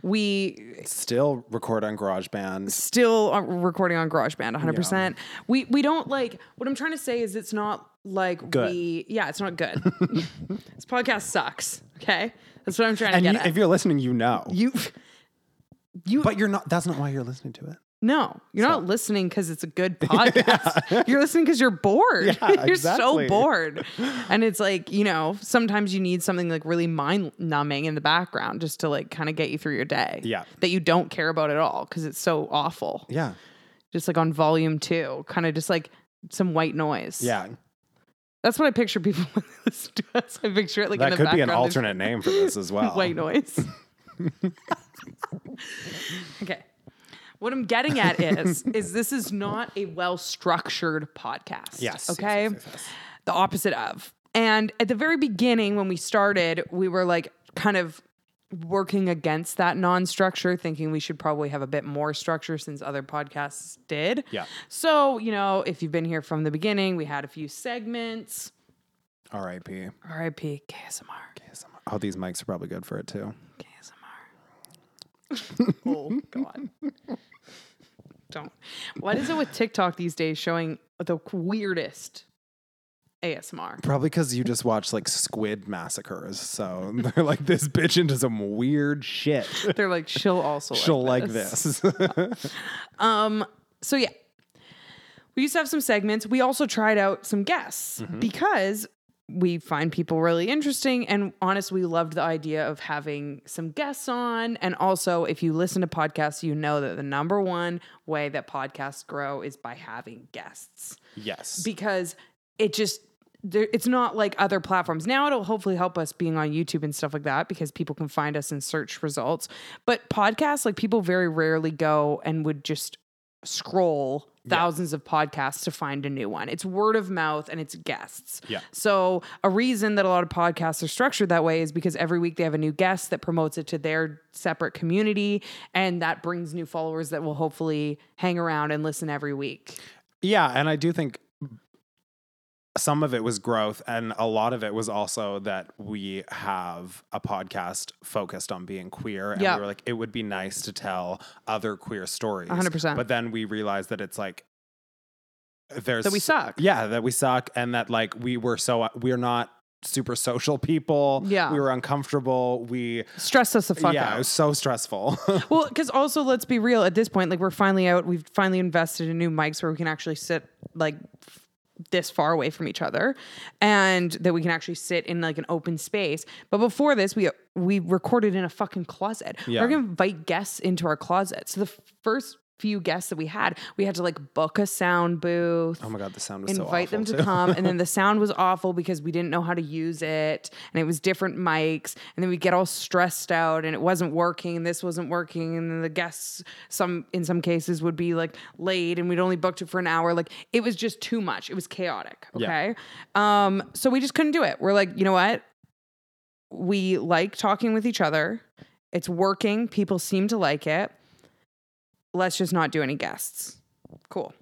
We
Still record on GarageBand.
still are recording on GarageBand 100%. We we don't like what I'm trying to say is it's not like
Good.
we yeah, it's
[LAUGHS]
not good. this podcast sucks, okay? That's what I'm trying
And
to
you,
get at.
if you're listening, you know.
you you
but you're not. That's not why you're listening to it.
[LAUGHS] no, you're not listening because it's
[LAUGHS]
a good podcast. You're listening because you're bored.
Yeah,
[LAUGHS] you're
exactly. [LAUGHS]
so bored, and it's like you know sometimes you need something like really mind numbing in the background just to like kind of get you through your day.
Yeah.
that you don't care about at all because it's so awful.
Yeah.
Just like on volume two, kind of just like some white noise.
Yeah.
that's what I picture people [LAUGHS] when they listen to us. I picture it like
That
in the
could be an
background, there's
alternate name for this [LAUGHS] as well.
white noise.
[LAUGHS]
okay. What I'm getting at is [LAUGHS] is this is not a well-structured podcast.
Yes. yes,
Okay.
yes, yes, yes.
The opposite of. And at the very beginning when we started, we were like kind of working against that non-structure thinking we should probably have a bit more structure since other podcasts did.
Yeah.
So, you know, if you've been here from the beginning, we had a few segments.
R.I.P.
RIP KSMR.
Oh, these mics are probably good for it too.
ASMR. oh God. [LAUGHS] Don't. What is it with TikTok these days showing the weirdest ASMR?
Probably because you just watch like squid massacres. So [LAUGHS] they're like, this bitch into some weird [LAUGHS] shit.
They're like, she'll also
She'll
like
like
this.
this. [LAUGHS]
Um, so yeah. We used to have some segments. We also tried out some guests because we find people really interesting and honestly we loved the idea of having some guests on and also if you listen to podcasts you know that the number one way that podcasts grow is by having guests
yes.
because it just there, it's not like other platforms now it'll hopefully help us being on youtube and stuff like that because people can find us in search results but podcasts like people very rarely go and would just scroll thousands of podcasts to find a new one it's word of mouth and it's guests
Yeah.
so a reason that a lot of podcasts are structured that way is because every week they have a new guest that promotes it to their separate community and that brings new followers that will hopefully hang around and listen every week
Yeah, and I do think some of it was growth, and a lot of it was also that we have a podcast focused on being queer, and
Yeah.
we were like, it would be nice to tell other queer stories.
100%.
But then we realized that it's like there's
that we suck
Yeah, that we suck, and that like we were so we're not super social people.
Yeah.
we were uncomfortable. We
stress us the fuck
yeah, it was
out.
so stressful. [LAUGHS]
Well, because also let's be real. At this point, like we're finally out. We've finally invested in new mics where we can actually sit like f- this far away from each other, and that we can actually sit in like an open space. But before this, we we recorded in a fucking closet.
Yeah.
We're gonna invite guests into our closet. So the first few guests that we had, we had to like book a sound booth
oh my god, the sound was so
invite them to
awful, too.
come
[LAUGHS]
and then the sound was awful because we didn't know how to use it and it was different mics and then we get all stressed out and it wasn't working and this wasn't working and then the guests some in some cases would be like late and we'd only booked it for an hour like it was just too much it was chaotic
Yeah.
okay um so we just couldn't do it we're like you know what we like talking with each other it's working people seem to like it let's just not do any guests cool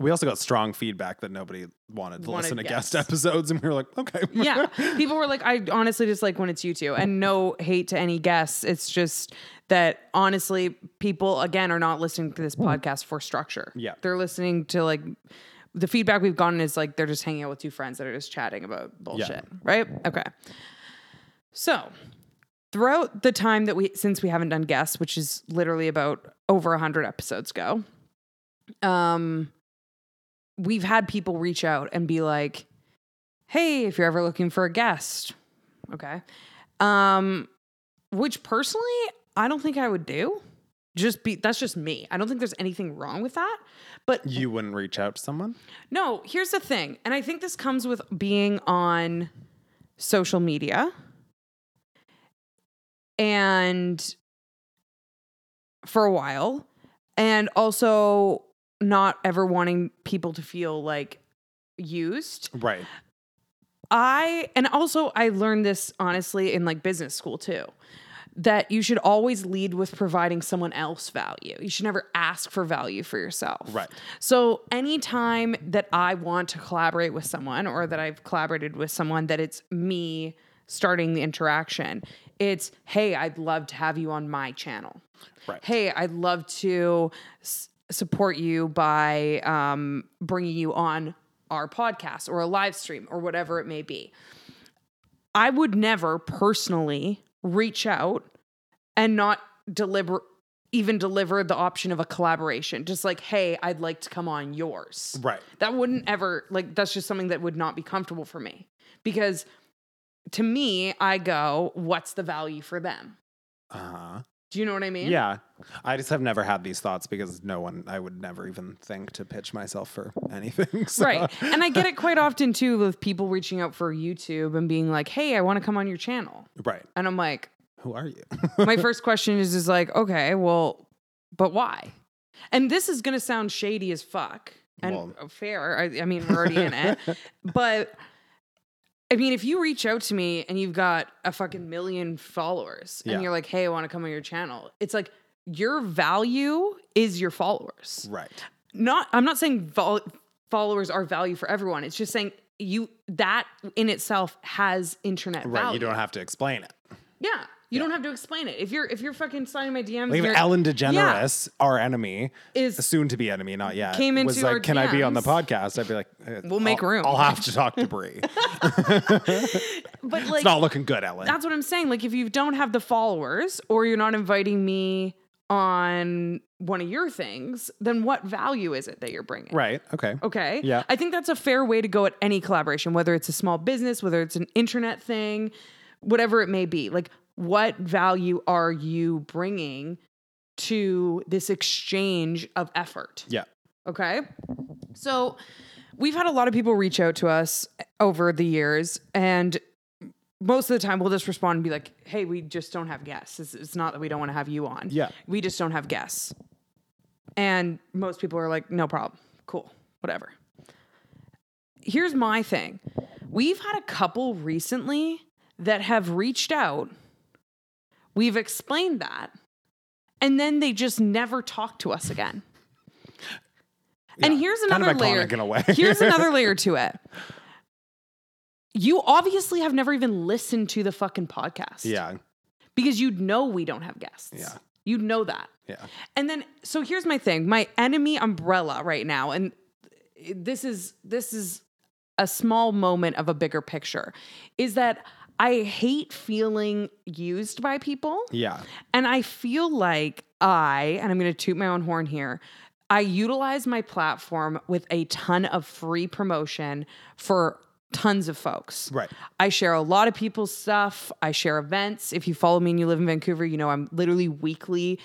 We also got strong feedback that nobody wanted to
Wanted
listen to
guests.
guest [LAUGHS] episodes, and we were like, okay,
yeah. People were like, I honestly just like when it's you two, and no hate to any guests. It's just that honestly, people again are not listening to this podcast for structure.
Yeah.
They're listening to like the feedback we've gotten is like they're just hanging out with two friends that are just chatting about bullshit. Right? Okay. So throughout the time that we since we haven't done guests, which is literally about over hundred episodes ago, um we've had people reach out and be like, hey, if you're ever looking for a guest, okay. Um, which personally, I don't think I would do. Just be that's just me. I don't think there's anything wrong with that. But
[LAUGHS] you wouldn't reach out to someone.
no, here's the thing. And I think this comes with being on social media and for a while, and also not ever wanting people to feel like used.
Right.
I and also I learned this honestly in like business school too. that you should always lead with providing someone else value. You should never ask for value for yourself.
Right.
So anytime that I want to collaborate with someone or that I've collaborated with someone that it's me starting the interaction, it's hey, I'd love to have you on my channel.
Right.
Hey, I'd love to s- support you by um, bringing you on our podcast or a live stream or whatever it may be. I would never personally reach out and not deliver even deliver the option of a collaboration just like hey i'd like to come on yours
Right.
that wouldn't ever like that's just something that would not be comfortable for me because to me i go what's the value for them
Uh huh.
do you know what i mean
Yeah. I just have never had these thoughts because no one, I would never even think to pitch myself for anything. [LAUGHS] so-
Right. And I get it quite often too with people reaching out for YouTube and being like, "Hey, I want to come on your channel."
Right.
And I'm like,
Who are you? [LAUGHS]
my first question is is like, okay, well, but why? And this is gonna sound shady as fuck and uh,
Well.
fair. I, I mean, we're already
[LAUGHS]
in it, but I mean, if you reach out to me and you've got a fucking million followers and
Yeah.
you're like, hey, I want to come on your channel, it's like your value is your followers.
right.
Not, I'm not saying vol- followers are value for everyone. It's just saying you that in itself has internet
Right.
value.
You don't have to explain it.
Yeah. You don't have to explain it. If you're if you're fucking signing my DMs,
Even
you're-
Ellen DeGeneres, our enemy,
Is-
soon to be enemy, not yet,
Came
was
into
like,
our
"Can I be on the
DMs?"
podcast?" I'd be like, eh,
We'll make
I'll-
room.
I'll have to talk
[LAUGHS]
to Brie.
but
it's
like
not looking good, Ellen.
that's what I'm saying. Like if you don't have the followers or you're not inviting me on one of your things, then what value is it that you're bringing?
Right. Okay.
Okay.
Yeah.
I think that's a fair way to go at any collaboration, whether it's a small business, whether it's an internet thing, whatever it may be. Like, what value are you bringing to this exchange of effort?
Yeah.
Okay. So we've had a lot of people reach out to us over the years, and most of the time we'll just respond and be like, hey, we just don't have guests. It's, it's not that we don't want to have you on.
Yeah.
We just don't have guests. And most people are like, no problem. Cool. Whatever. Here's my thing we've had a couple recently that have reached out. We've explained that. And then they just never talk to us again. And here's
Kind
another
of
layer.
iconic in a way.
[LAUGHS] Here's another layer to it. You obviously have never even listened to the fucking
[LAUGHS]
podcast.
yeah.
Because you'd know we don't have guests.
Yeah.
You'd know that.
Yeah.
And then so here's my thing. My enemy umbrella right now and this is this is a small moment of a bigger picture is that I hate feeling used by people.
Yeah.
And I feel like I, and I'm going to toot my own horn here, I utilize my platform with a ton of free promotion for tons of folks.
Right.
I share a lot of people's stuff. I share events. If you follow me and you live in Vancouver, you know I'm literally weekly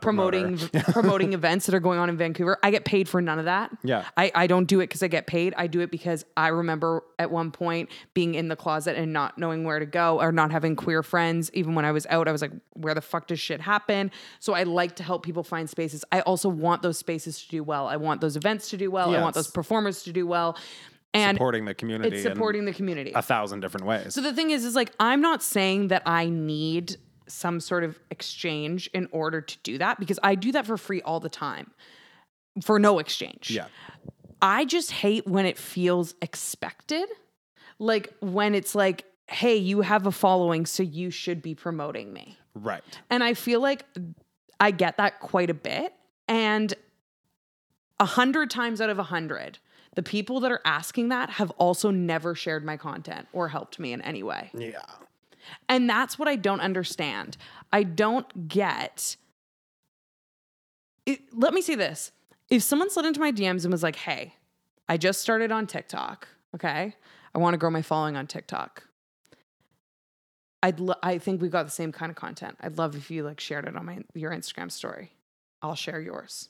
promoting
[LAUGHS]
promoting events that are going on in Vancouver. I get paid for none of that.
Yeah.
I, I don't do it because I get paid. I do it because I remember at one point being in the closet and not knowing where to go or not having queer friends. Even when I was out, I was like, where the fuck does shit happen? So I like to help people find spaces. I also want those spaces to do well. I want those events to do well. I want
Yes.
those performers to do well. And
Supporting the community.
it's supporting the community.
in a thousand different ways.
So the thing is, is like I'm not saying that I need some sort of exchange in order to do that because I do that for free all the time for no exchange.
yeah.
I just hate when it feels expected. Like when it's like, hey, you have a following, so you should be promoting me.
Right.
And I feel like I get that quite a bit. And a hundred times out of a hundred, the people that are asking that have also never shared my content or helped me in any way.
Yeah.
And that's what I don't understand. I don't get. It, let me say this. If someone slid into my DMs and was like, hey, I just started on TikTok, okay? I want to grow my following on TikTok. I'd lo- I think we've got the same kind of content. I'd love if you like shared it on my your Instagram story. I'll share yours.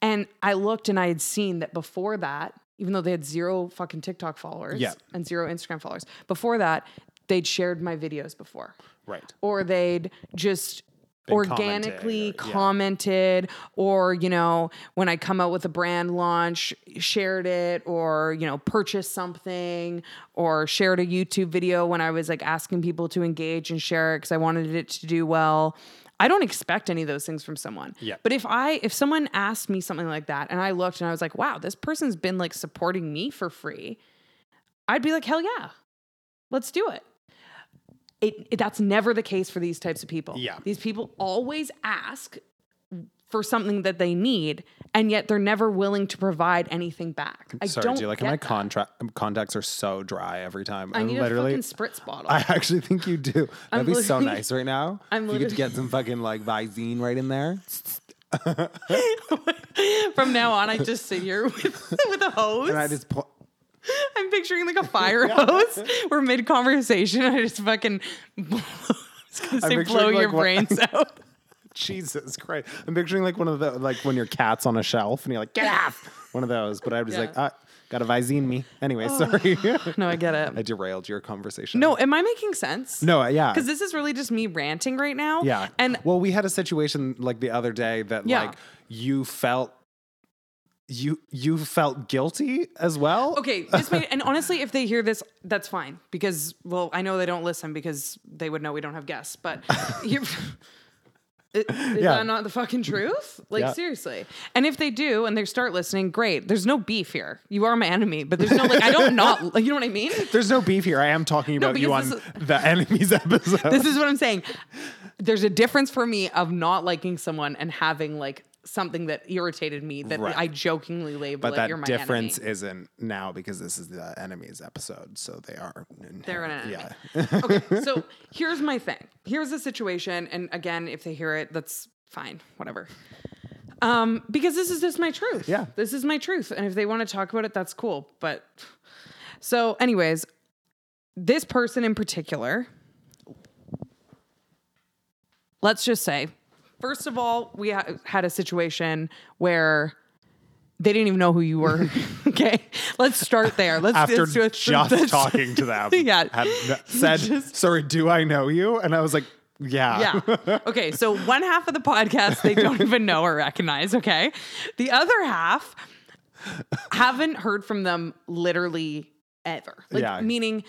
And I looked and I had seen that before that, even though they had zero fucking TikTok followers
Yeah.
and zero Instagram followers, before that, they'd shared my videos before
Right.
or they'd just organically
commented or- yeah.
commented or you know when i come out with a brand launch shared it or you know purchased something or shared a youtube video when i was like asking people to engage and share it because i wanted it to do well i don't expect any of those things from someone
Yeah.
but if i if someone asked me something like that and i looked and i was like wow this person's been like supporting me for free i'd be like hell yeah let's do it it, it- that's never the case for these types of people.
Yeah.
These people always ask for something that they need, and yet they're never willing to provide anything back. I
Sorry,
don't
do you like how
get
my
that.
contract contacts are so dry every time?
I
I'm
need
literally
a fucking spritz
[LAUGHS]
bottle.
I actually think you do. That'd
I'm
be so
literally-
nice right now.
[LAUGHS]
if
I'm
you could
literally-
get some fucking like Visine right in
[LAUGHS]
there.
[LAUGHS] From now on, I just sit here with,
[LAUGHS]
with a hose.
And I just pour
I'm picturing like a
[LAUGHS]
fire hose. We're mid conversation. I just fucking [LAUGHS] blow, I was gonna say
picturing,
blow your
like, what- [LAUGHS]
brains out.
Jesus Christ. I'm picturing like one of the like when your cat's on a shelf and you're like, get off one of those. But I was
Yeah.
like, ah, gotta Visine me. Anyway,
[LAUGHS]
sorry. [LAUGHS]
No, I get
I
it.
derailed your conversation.
No, am I making sense?
No, uh, yeah.
Because this is really just me ranting right now.
Yeah.
And
well, we had a situation like the other day that
Yeah.
like you felt you you felt guilty as well.
Okay, this made, and honestly, if they hear this, that's fine because well, I know they don't listen because they would know we don't have guests. But [LAUGHS] you is
Yeah.
that not the fucking truth? Like
Yeah.
seriously. And if they do and they start listening, great. There's no beef here. You are my enemy, but there's no like I don't not. [LAUGHS] like, You know what I mean?
There's no beef here. I am talking about you on
because
the [LAUGHS] enemies episode.
This is what I'm saying. There's a difference for me of not liking someone and having like something that irritated me that
Right.
I jokingly label
but
it,
that
you're my
difference
enemy.
isn't now because this is the enemies episode, so they are.
They're an enemy.
Yeah. [LAUGHS]
okay, so here's my thing. Here's the situation, and again, if they hear it, that's fine, whatever. Um, because this is just my truth.
Yeah.
this is my truth, and if they want to talk about it, that's cool. But so, anyways, this person in particular, let's just say, first of all, we ha- had a situation where. They didn't even know who you were. [LAUGHS] okay, let's start there. Let's
After
let's do it-
just
[LAUGHS] let's-
talking to them,
Yeah.
had n- said,
Just-
"Sorry, do I know you?" And I was like, "Yeah,
Yeah. Okay. So one half of the podcast they don't even know or recognize. Okay. The other half haven't heard from them literally ever. Like,
Yeah.
Meaning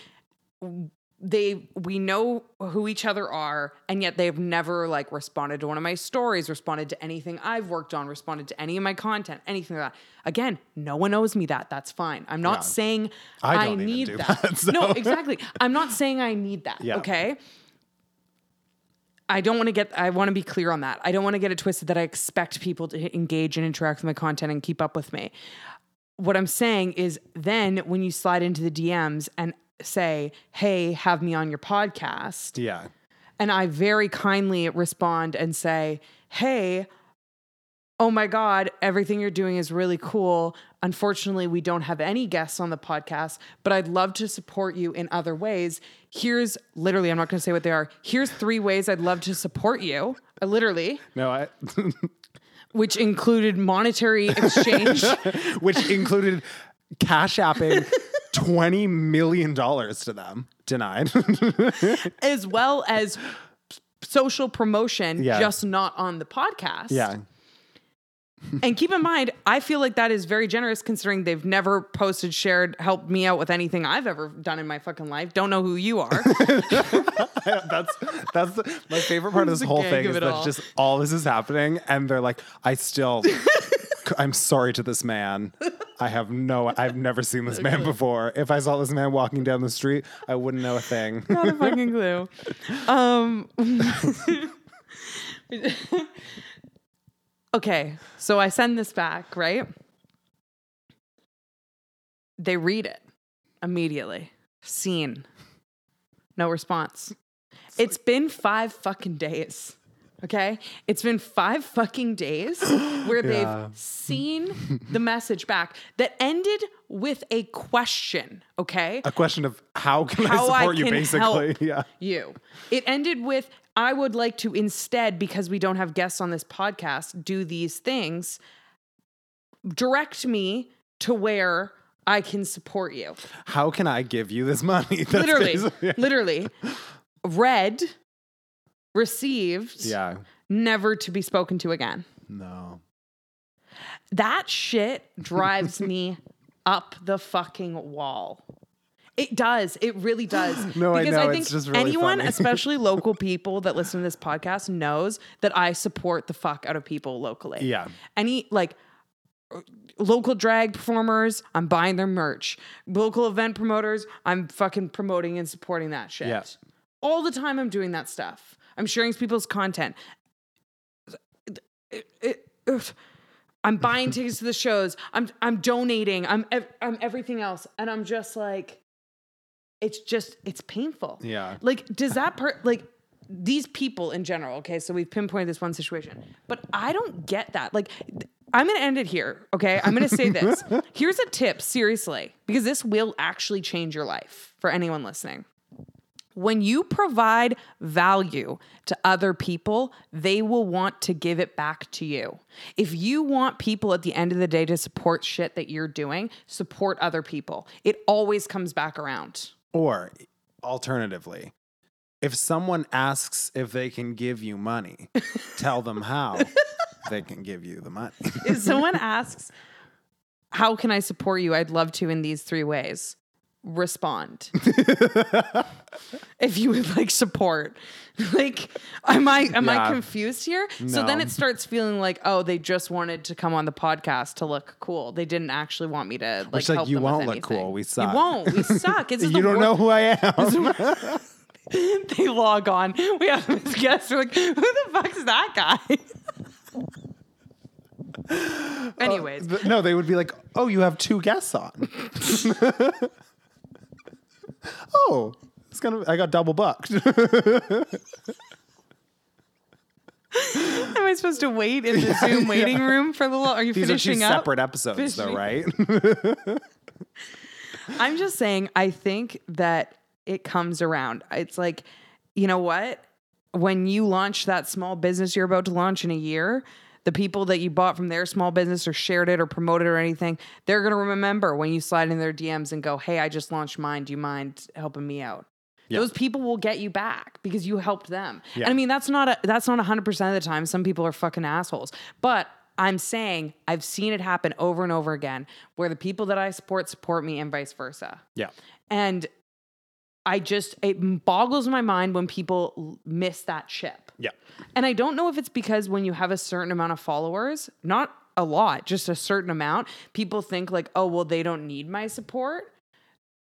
they we know who each other are and yet they've never like responded to one of my stories responded to anything i've worked on responded to any of my content anything like that again no one owes me that that's fine i'm not
Yeah.
saying
I
i,
don't even
need
do
that,
that, [LAUGHS] so.
no exactly i'm not saying i need that
Yeah.
okay I don't want to get, I want to be clear on that. I don't want to get it twisted that I expect people to engage and interact with my content and keep up with me. What I'm saying is then when you slide into the DMs and say, hey, have me on your
[LAUGHS]
podcast,
yeah."
and I very kindly respond and say, hey, oh my God, everything you're doing is really cool. Unfortunately, we don't have any guests on the podcast, but I'd love to support you in other ways. Here's literally, I'm not going to say what they are. Here's three ways I'd love to support you, uh, literally,
No, I,
which
[LAUGHS]
included monetary exchange.
which included cash apping twenty million dollars to them. Denied. [LAUGHS]
as well as social promotion,
Yeah.
just not on the podcast.
yeah,
[LAUGHS] And keep in mind, I feel like that is very generous considering they've never posted, shared, helped me out with anything I've ever done in my fucking life. Don't know who you are.
that's that's the, my favorite part of this
The
whole
gag
thing
of
is
it
that
all.
just all this is happening, and they're like, "I
[LAUGHS]
still, I'm sorry to this man. I have no, I've never seen this man before. If I saw this man walking down the street, I wouldn't know a thing."
Not a fucking clue. Um, [LAUGHS] okay, so I send this back, right? They read it immediately. Seen. No response. It's been five fucking days. Okay? It's been five fucking days where
Yeah.
they've seen the message back that ended with a question. Okay?
A question of how can
How I
I support you,
can
basically. [LAUGHS]
help.
Yeah.
you. It ended with I would like to instead, because we don't have guests on this podcast, do these things. Direct me to where I can support you.
How can I give you this money? [LAUGHS] That's [LAUGHS]
literally,
basically-
literally. Read, received,
Yeah.
never to be spoken to again.
No.
That shit drives me up the fucking wall. It does. It really
[GASPS]
does.
No, I
because
know.
I think
It's just really
anyone,
funny. [LAUGHS]
especially local people that listen to this podcast, knows that I support the fuck out of people locally.
Yeah.
Any like local drag performers, I'm buying their merch. Local event promoters, I'm fucking promoting and supporting that shit.
Yeah.
All the time I'm doing that stuff. I'm sharing people's content. It- it- ugh. I'm buying tickets to the shows. I'm I'm donating. I'm ev- I'm everything else and I'm just like it's just it's painful.
Yeah.
Like does that per like these people in general, okay? So we've pinpointed this one situation. But I don't get that. Like th- I'm going to end it here, okay? I'm going to say this. Here's a tip, seriously, because this will actually change your life for anyone listening. When you provide value to other people, they will want to give it back to you. If you want people at the end of the day to support shit that you're doing, support other people. It always comes back around.
Or alternatively, if someone asks if they can give you money, tell them
[LAUGHS]
how they can give you the money.
If someone asks, How can I support you? I'd love to in these three ways. Respond. if you would like support. Like, am I am
Yeah.
I confused here? So then
No.
it starts feeling like, oh, they just wanted to come on the podcast to look cool. They didn't actually want me to like.
Which, like,
help
you
them with
won't look
anything.
cool. We suck.
You
[LAUGHS]
won't. We suck. This is
you
the
don't know who
wor-
I [LAUGHS] am.
they log on. We have them as guests. We're like, who the fuck's that guy?
[LAUGHS] Uh,
Anyways,
But no, they would be like, "Oh, you have two guests
[LAUGHS]
on." oh, it's gonna. I got double bucked.
[LAUGHS] am I supposed to wait in the Zoom waiting room for the? Lo- are you
These are two
finishing up?
separate episodes, though,
Finishing-
right?
[LAUGHS] I'm just saying, I think that it comes around. It's like, you know what? When you launch that small business you're about to launch in a year, the people that you bought from their small business or shared it or promoted it or anything, they're going to remember when you slide in their DMs and go, Hey, I just launched mine. Do you mind helping me out?
Yeah.
Those people will get you back because you helped them.
Yeah.
And I mean, that's not a, that's not 100% of the time. Some people are fucking assholes. But I'm saying I've seen it happen over and over again where the people that I support support me and vice versa.
yeah,
And I just, it boggles my mind when people l- miss that ship.
yeah,
And I don't know if it's because when you have a certain amount of followers, not a lot, just a certain amount, people think like, oh, well, they don't need my support.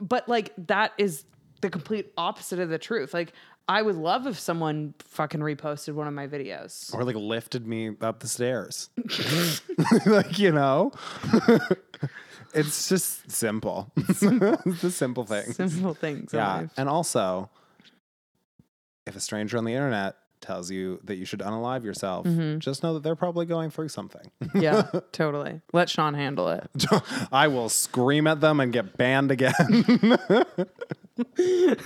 But like, that is the complete opposite of the truth. Like, I would love if someone fucking reposted one of my
[LAUGHS]
videos.
or like lifted me up the
[LAUGHS]
stairs, [LAUGHS] like you know. [LAUGHS] it's just simple. [LAUGHS] it's the simple thing.
Simple things. in
Yeah,
life.
and also, if a stranger on the internet tells you that you should unalive yourself,
Mm-hmm.
just know that they're probably going through something. [LAUGHS]
Yeah, totally. Let Sean handle it.
I will scream at them and get banned again. [LAUGHS]
Oh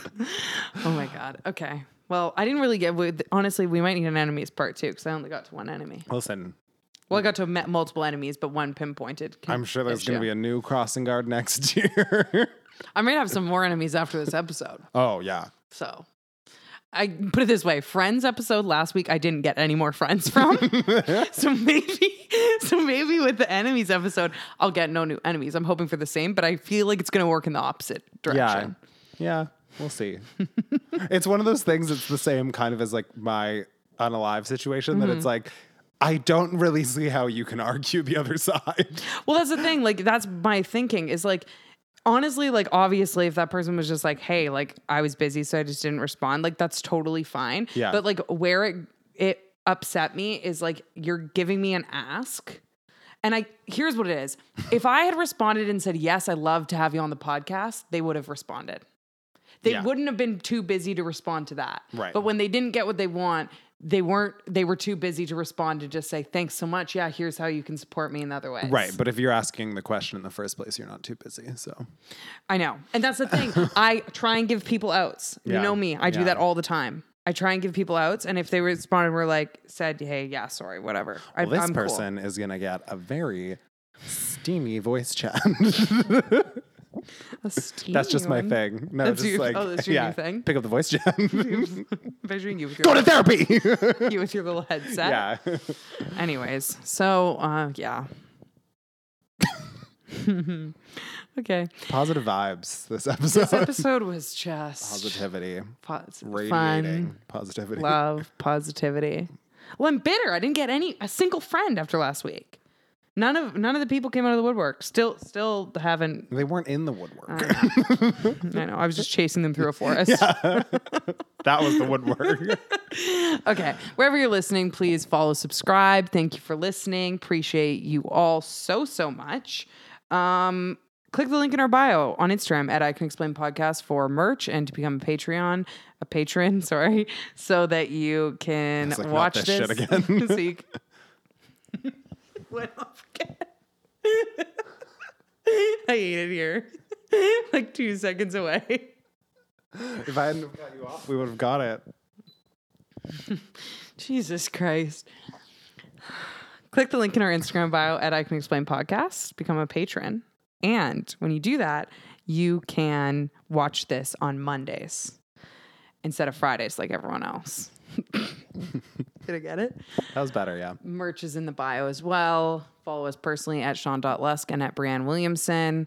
my God. Okay. Well, I didn't really get, we- honestly, we might need an enemies part two because I only got to one enemy.
Listen,
Well, I got to met multiple enemies, but one pinpointed.
I'm sure there's going to
issue.
be a new crossing guard next [LAUGHS] year.
I might have some more enemies after this episode.
oh, yeah.
So I put it this way Friends episode last week, I didn't get any more friends from. so maybe, so maybe with the enemies episode, I'll get no new enemies. I'm hoping for the same, but I feel like it's going to work in the opposite
Yeah.
direction.
Yeah. We'll see. [LAUGHS] it's one of those things that's the same kind of as like my unalive situation that it's like, I don't really see how you can argue the other [LAUGHS] side.
Well, that's the thing. Like, that's my thinking is like, honestly, like, obviously, if that person was just like, hey, like, I was busy, so I just didn't respond, like, that's totally fine.
Yeah.
But like, where it, it upset me is like, you're giving me an ask. And I, here's what it
[LAUGHS]
is if I had responded and said, yes, I love to have you on the podcast, they would have responded. They
Yeah.
wouldn't have been too busy to respond to that.
Right.
But when they didn't get what they want, they weren't, they were too busy to respond to just say, thanks so much. Yeah, here's how you can support me in other ways.
Right. But if you're asking the question in the first place, you're not too busy. So,
I know. And that's
[LAUGHS]
the thing. I try and give people outs.
Yeah.
You know me. I do
Yeah.
that all the time. I try and give people outs. And if they responded and were like, said, hey, yeah, sorry, whatever. I,
well, this
I'm cool. [LAUGHS]
person is going to get a very steamy voice chat.
A
[LAUGHS]
steamy
That's just my
one.
thing. No,
That's
just
your-
like
oh, that's your new
yeah,
thing?
Pick up the voice [LAUGHS] gem.
Picturing you with
Go
your,
to therapy.
[LAUGHS] you with your little headset.
[LAUGHS] yeah.
Anyways, so uh, yeah. [LAUGHS] okay.
Positive vibes this
This
episode.
episode was just
[LAUGHS] Positivity.
pos-
Radiating
fun,
positivity.
love, positivity. Well, I'm bitter. I didn't get any a single friend after last week. None of none of the people came out of the woodwork. Still, still haven't
They weren't in the woodwork.
Uh, I know. I was just chasing them through a forest.
[LAUGHS]
[LAUGHS]
that was the woodwork.
Okay. Wherever you're listening, please follow, subscribe. Thank you for listening. Appreciate you all so, so much. Um, click the link in our bio on Instagram at I Can Explain Podcast for merch and to become a Patreon, a patron, [LAUGHS] sorry, so that you can
like, not
watch
this
this. [LAUGHS]
shit again.
so you
[LAUGHS]
c- went off again. [LAUGHS] I hate it here. [LAUGHS] like two seconds away.
if I hadn't have got you off, we would have got it.
Jesus Christ. Click the link in our Instagram bio at I Can Explain Podcast, become a patron. And when you do that, you can watch this on Mondays instead of Fridays like everyone else. [LAUGHS] Did I get it?
That was better, yeah.
Merch is in the bio as well. Follow us personally at Sean.Lusk and at Brianne Williamson.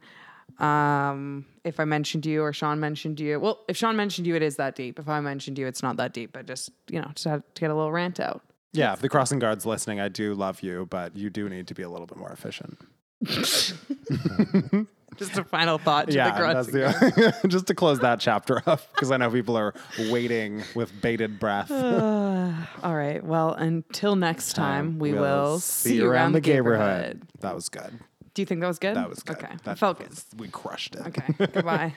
Um, if I mentioned you or Sean mentioned you, well, if Sean mentioned you, it is that deep. If I mentioned you, it's not that deep. I just, you know, just had to get a little rant out.
Yeah, if the crossing guard's listening, I do love you, but you do need to be a little bit more efficient.
Just a final thought to
yeah,
the crossing.
that's the, [LAUGHS] just to close that chapter [LAUGHS] up, because I know people are waiting with bated
[SIGHS]
breath.
All right. Well, until next time, we
We'll
will see you around the neighborhood.
That was good.
Do you think that was good?
That was good.
Okay.
That
I felt good. [LAUGHS]
was- We crushed it.
Okay. Goodbye.